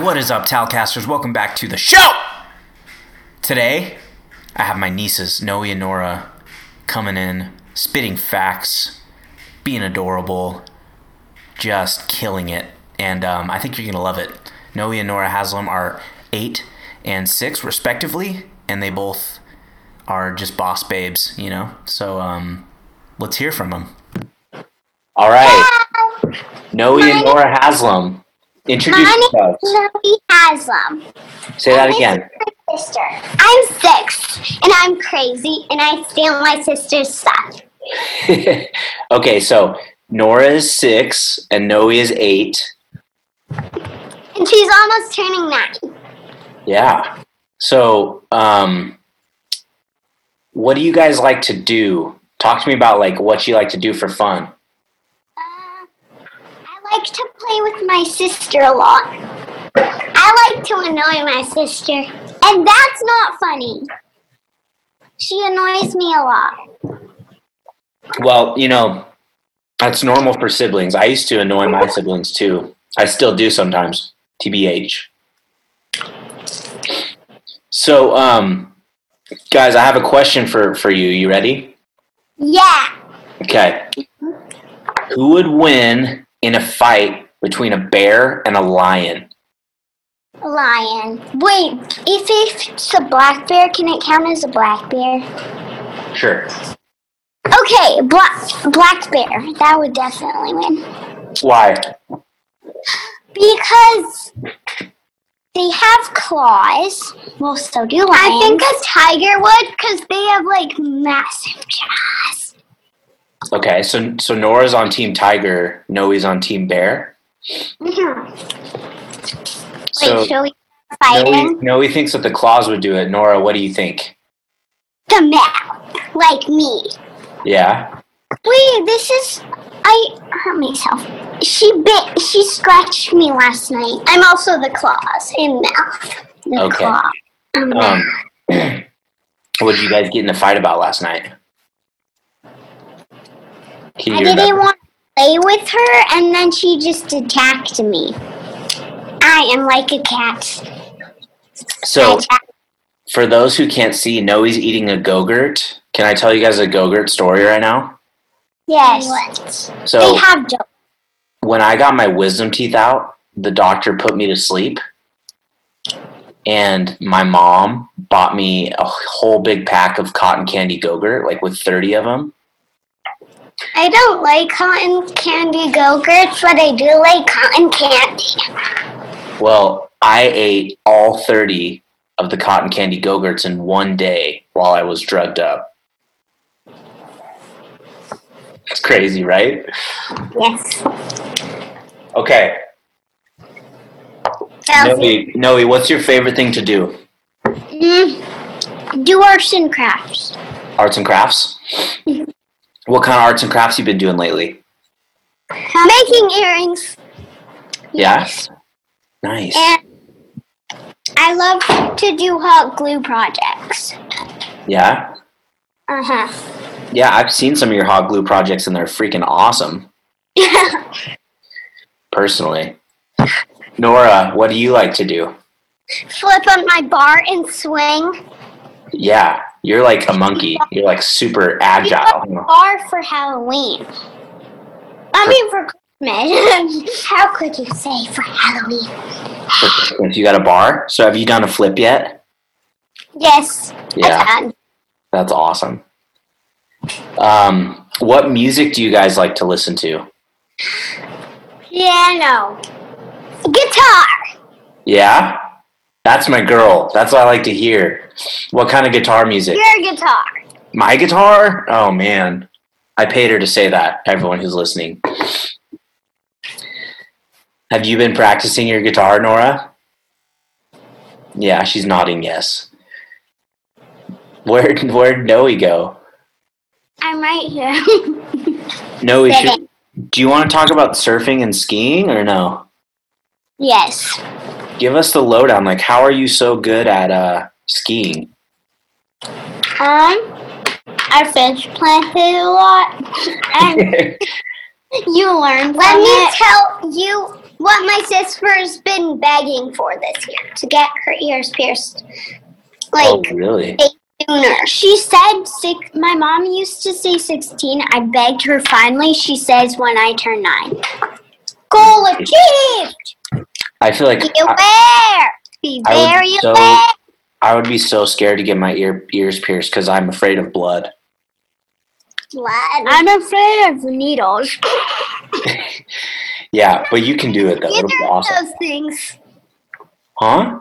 what is up, Talcasters? Welcome back to the show! Today, I have my nieces, Noe and Nora, coming in, spitting facts, being adorable, just killing it. And um, I think you're going to love it. Noe and Nora Haslam are eight and six, respectively, and they both are just boss babes, you know? So um, let's hear from them. All right, Noe and Nora Haslam, introduce Mommy. yourselves. Chloe Haslam. Say that again. My sister. I'm six, and I'm crazy, and I steal my sister's stuff. okay, so Nora is six and Noe is eight. And she's almost turning nine. Yeah. So, um, what do you guys like to do? Talk to me about like what you like to do for fun. Uh, I like to play with my sister a lot. I like to annoy my sister, and that's not funny. She annoys me a lot. Well, you know, that's normal for siblings. I used to annoy my siblings too. I still do sometimes, TBH. So, um, guys, I have a question for for you. You ready? Yeah, Okay. Who would win in a fight between a bear and a lion? lion. Wait, if it's a black bear, can it count as a black bear? Sure. Okay, black black bear. That would definitely win Why? because they have claws. Well, so do lions. I think a tiger would because they have like massive jaws. Okay, so so Nora's on team tiger, Noe's on team bear. Wait, So shall we Noe, fighting Noe thinks that the claws would do it. Nora, what do you think? the mouth like me? Yeah. Wait, this is I hurt myself. She bit. She scratched me last night. I'm also the claws and mouth. The Okay. claw. and mouth. Um, what did you guys get in a fight about last night? Can you I remember? didn't want to play with her, and then she just attacked me. I am like a cat. So I attack- for those who can't see, Noe's eating a go-gurt. Can I tell you guys a go-gurt story right now? yes. So They have jokes. when I got my wisdom teeth out, the doctor put me to sleep. And my mom bought me a whole big pack of cotton candy go-gurt, like with 30 of them. I don't like cotton candy go-gurts, but I do like cotton candy. Well, I ate all 30 of the cotton candy go-gurts in one day while I was drugged up. It's crazy, right? Yes. Okay. Noe, Noe, what's your favorite thing to do? Mm. Do arts and crafts. Arts and crafts? What kind of arts and crafts you been doing lately? Making earrings. Yeah. Nice. And I love to do hot glue projects. Yeah. Uh-huh. Yeah, I've seen some of your hot glue projects and they're freaking awesome, personally. Nora, what do you like to do? Flip on my bar and swing. Yeah, you're like a monkey. You're like super agile. bar for Halloween. I mean for Christmas. How could you say for Halloween? You got a bar? So have you done a flip yet? Yes. Yeah, I can. that's awesome. Um, what music do you guys like to listen to? Piano. Guitar. Yeah? That's my girl. That's what I like to hear. What kind of guitar music? Your guitar. My guitar? Oh man. I paid her to say that, everyone who's listening. Have you been practicing your guitar, Nora? Yeah, she's nodding yes. Where where'd Noe go? I'm right here. Noe should do you want to talk about surfing and skiing or no? yes. Give us the lowdown. Like how are you so good at uh skiing? Um I fish planted a Oh, lot. And you learned Let me tell you what my sister's been begging for this year to get her ears pierced. Like, oh, really? sooner. She said six. My mom used to say sixteen. I begged her. Finally, she says when I turn nine. Goal achieved. I feel like Be I, aware. Be I would very so- aware. I would be so scared to get my ear ears pierced because I'm afraid of blood. I'm afraid of needles. Yeah, but you can do it though. It'll be Either of awesome. those things. Huh?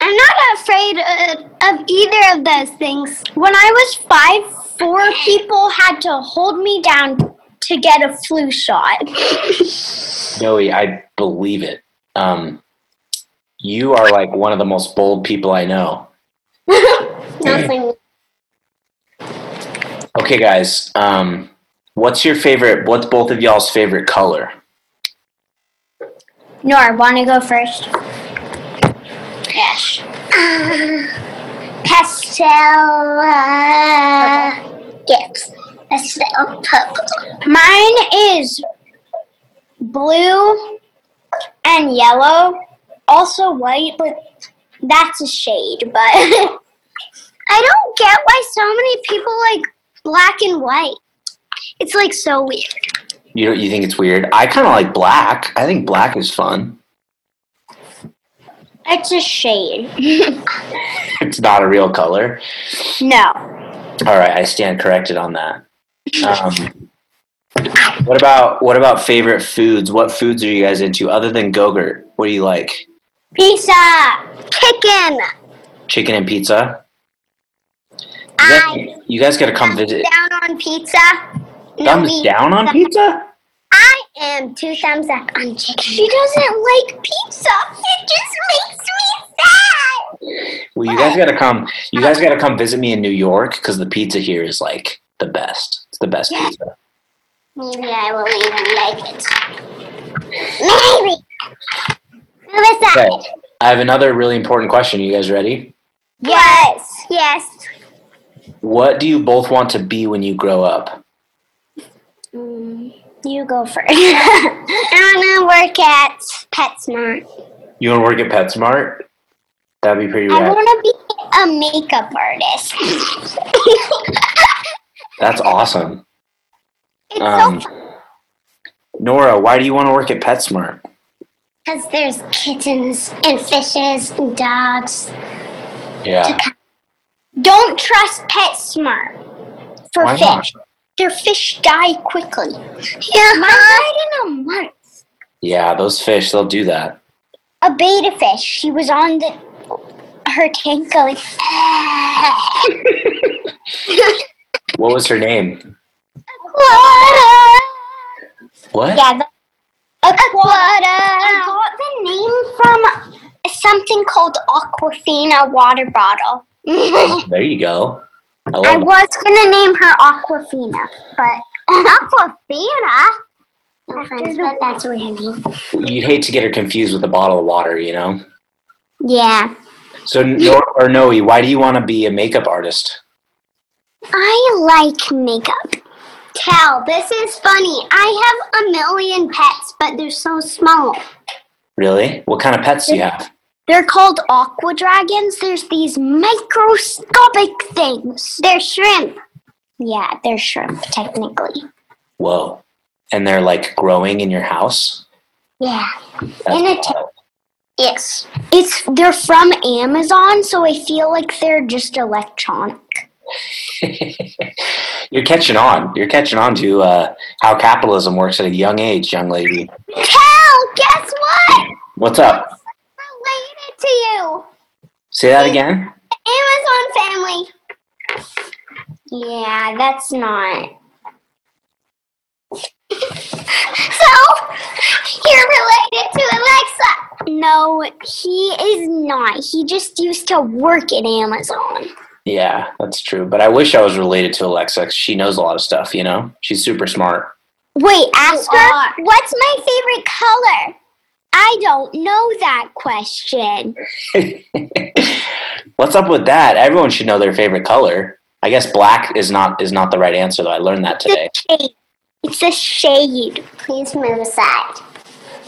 I'm not afraid of, of either of those things. When I was five, four people had to hold me down to get a flu shot. Joey, I believe it. Um, you are like one of the most bold people I know. Nothing. Okay, guys. Um, what's your favorite? What's both of y'all's favorite color? Nora, want to go first? Yes. Uh, pastel uh, yes. Pastel purple. Mine is blue and yellow, also white, but that's a shade. But I don't get why so many people like black and white. It's like so weird. You you think it's weird? I kind of like black. I think black is fun. It's a shade. It's not a real color. no. All right, I stand corrected on that. Um, what about what about favorite foods? What foods are you guys into other than Gogurt? What do you like? Pizza, chicken. Chicken and pizza. You guys, I you guys gotta come thumbs visit. down on pizza. No, Thumbs we- down on pizza? I am two thumbs up on chicken. She doesn't like pizza. It just makes me sad. Well, you guys gotta come. You guys gotta come visit me in New York because the pizza here is like the best. It's the best pizza. Maybe I will even like it. Maybe. Move aside. Okay, I have another really important question. You guys ready? Yes. Yes. What do you both want to be when you grow up? Mm, you go first. I'm gonna work at PetSmart. You want to work at PetSmart? That'd be pretty I rad. want to be a makeup artist. That's awesome. it's so Um, Nora, why do you want to work at PetSmart? Because there's kittens and fishes and dogs. Yeah. Don't trust PetSmart for Why fish. not? Their fish die quickly. Yeah. Mine died in a month. Yeah, those fish, they'll do that. A beta fish. She was on the her tank going. What was her name? What? yeah. The, I got the name from something called Aquafina water bottle. There you go. I I love was gonna name her Aquafina, but Aquafina. No offense, but that's what I mean. You'd hate to get her confused with a bottle of water, you know? Yeah, So, Nor or Noe, why do you want to be a makeup artist? I like makeup. Tell, this is funny. I have a million pets, but they're so small. Really? What kind of pets do you have? They're called aqua dragons. There's these microscopic things. They're shrimp. Yeah, they're shrimp technically. Whoa. And they're like growing in your house? Yeah. That's In a wild. Yes. It's they're from Amazon, so I feel like they're just electronic. You're catching on. You're catching on to uh, how capitalism works at a young age, young lady. Cal, guess what? What's up? Related to you. Say that again? Amazon family. Yeah, that's not. so, you're related to Alexa. No, he is not. He just used to work at Amazon. Yeah, that's true. But I wish I was related to Alexa. 'cause She knows a lot of stuff, you know? She's super smart. Wait, ask her, what's my favorite color? I don't know that question. What's up with that? Everyone should know their favorite color. I guess black is not is not the right answer though. I learned that today. It's a shade. Please move aside.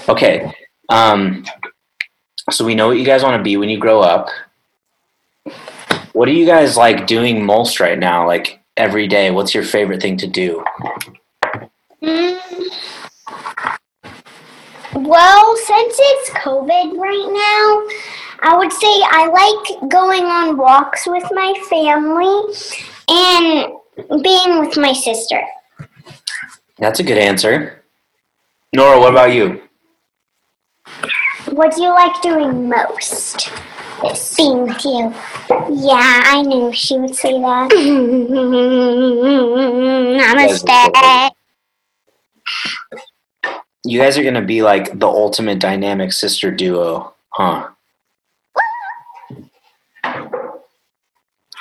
Okay. Um, so we know what you guys want to be when you grow up. What are you guys like doing most right now? Like every day, what's your favorite thing to do? Mm. Well, since it's COVID right now, I would say I like going on walks with my family and being with my sister. That's a good answer. Nora, what about you? What do you like doing most? Being with you. Yeah, I knew she would say that. Namaste. You guys are gonna be like the ultimate dynamic sister duo, huh?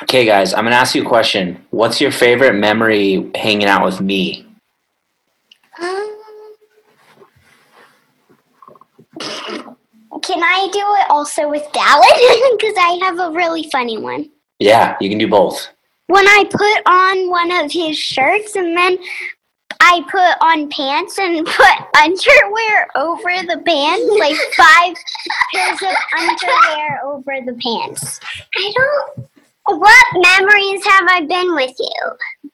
Okay, guys, I'm gonna ask you a question. What's your favorite memory hanging out with me? Can I do it also with Dallin? Because I have a really funny one. Yeah, you can do both. when I put on one of his shirts and then I put on pants and put underwear over the pants, like five pairs of underwear over the pants. I don't. What memories have I been with you?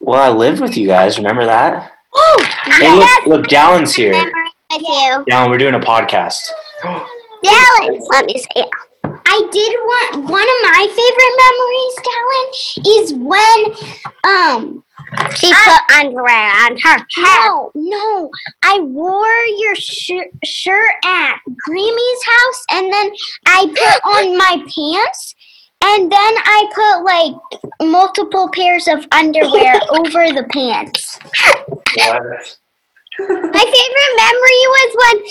Well, I lived with you guys. Remember that? Oh, Hey, look, look, Dallin's here. memory with you. Dallin, we're doing a podcast. Dallin, let me say it. I did want one of my favorite memories, Dallin, is when um she put underwear on her head. No, no, I wore your shir- shirt at Grammy's house, and then I put on my pants. And then I put like multiple pairs of underwear over the pants. My favorite memory was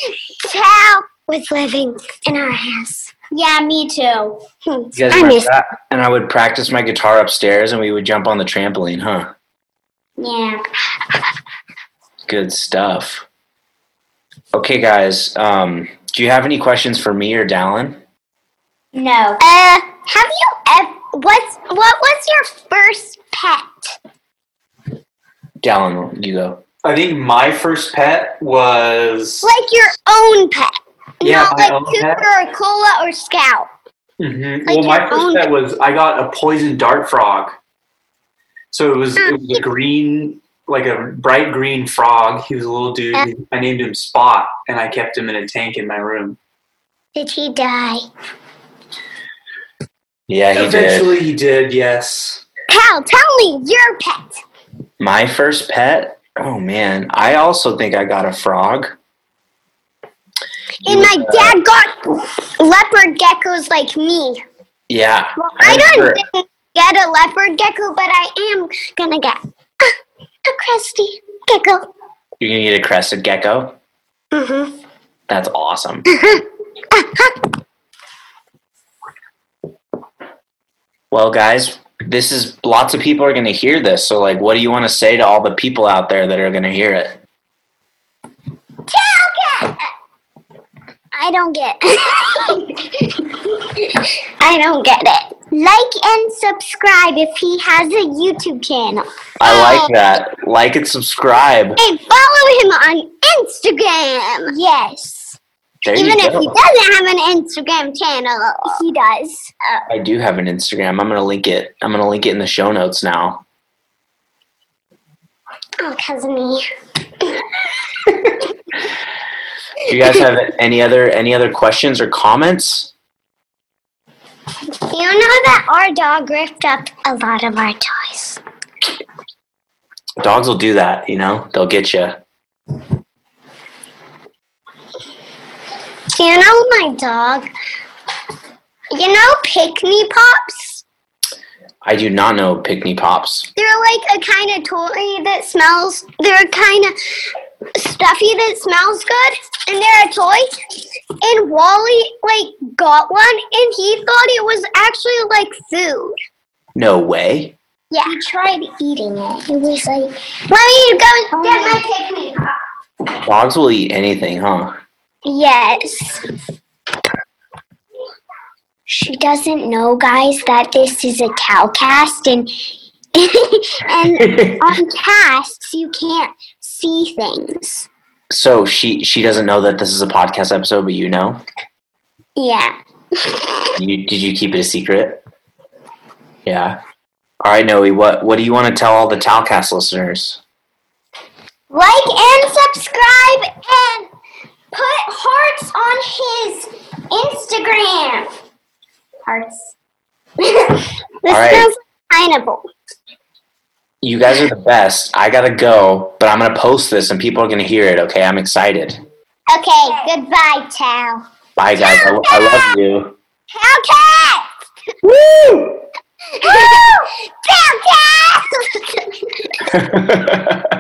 when Cal was living in our house. Yeah, me too. You guys I remember miss. that? And I would practice my guitar upstairs and we would jump on the trampoline, huh? Yeah. Good stuff. Okay, guys, um, do you have any questions for me or Dallin? No. Uh, have you ever? What's what was your first pet? Dallin, you go. I think my first pet was. Like your own pet? Yeah, Not my like own Cooper or Cola or Scout. Mhm. Like well, my your first own- pet was I got a poison dart frog. So it was it Ah. was a green, like a bright green frog. He was a little dude. I named him Spot, and I kept him in a tank in my room. Did he die? Yeah, he did. Eventually, he did. Yes. Cal, tell me your pet. My first pet? Oh, man. I also think I got a frog. And my uh, Yeah. dad got leopard geckos like me. Yeah. Well, I I remember- don't get a leopard gecko, but I am gonna get a, a crusty gecko. You're going to get a crested gecko? Mm-hmm. That's awesome. well, guys, this is lots of people are going to hear this. So, like, what do you want to say to all the people out there that are going to hear it? I don't get. I don't get it. Like and subscribe if he has a YouTube channel. I Oh. like that. Like and subscribe. And follow him on Instagram. Yes. There Even you if go. he doesn't have an Instagram channel, he does. Uh, I do have an Instagram. I'm going to link it. I'm going to link it in the show notes now. oh, cousin me. Do you guys have any other any other questions or comments? You know that our dog ripped up a lot of our toys. Dogs will do that, you know. They'll get you. You know my dog. You know Pickney Pops? I do not know Pickney Pops. They're like a kind of toy that smells. They're kind of stuffy that smells good, and they're a toy. And Wally like got one, and he thought it was actually like food. No way. Yeah, he tried eating it. He was like, "Let me go get my Pickney Pop." Dogs will eat anything, huh? Yes. She doesn't know, guys, that this is a cowcast, and and on casts you can't see things. So she she doesn't know that this is a podcast episode, but you know. Yeah. You, did you keep it a secret? Yeah. All right, Noe. What what do you want to tell all the Talcast listeners? Like and subscribe and put hearts on his Instagram. Hearts. this right. smells like pineapple. You guys are the best. I gotta go, but I'm gonna post this and people are gonna hear it. Okay, I'm excited. Okay, goodbye, Tal. Bye, guys. I, I love you. Talcast! Woo! Woo! Talcast!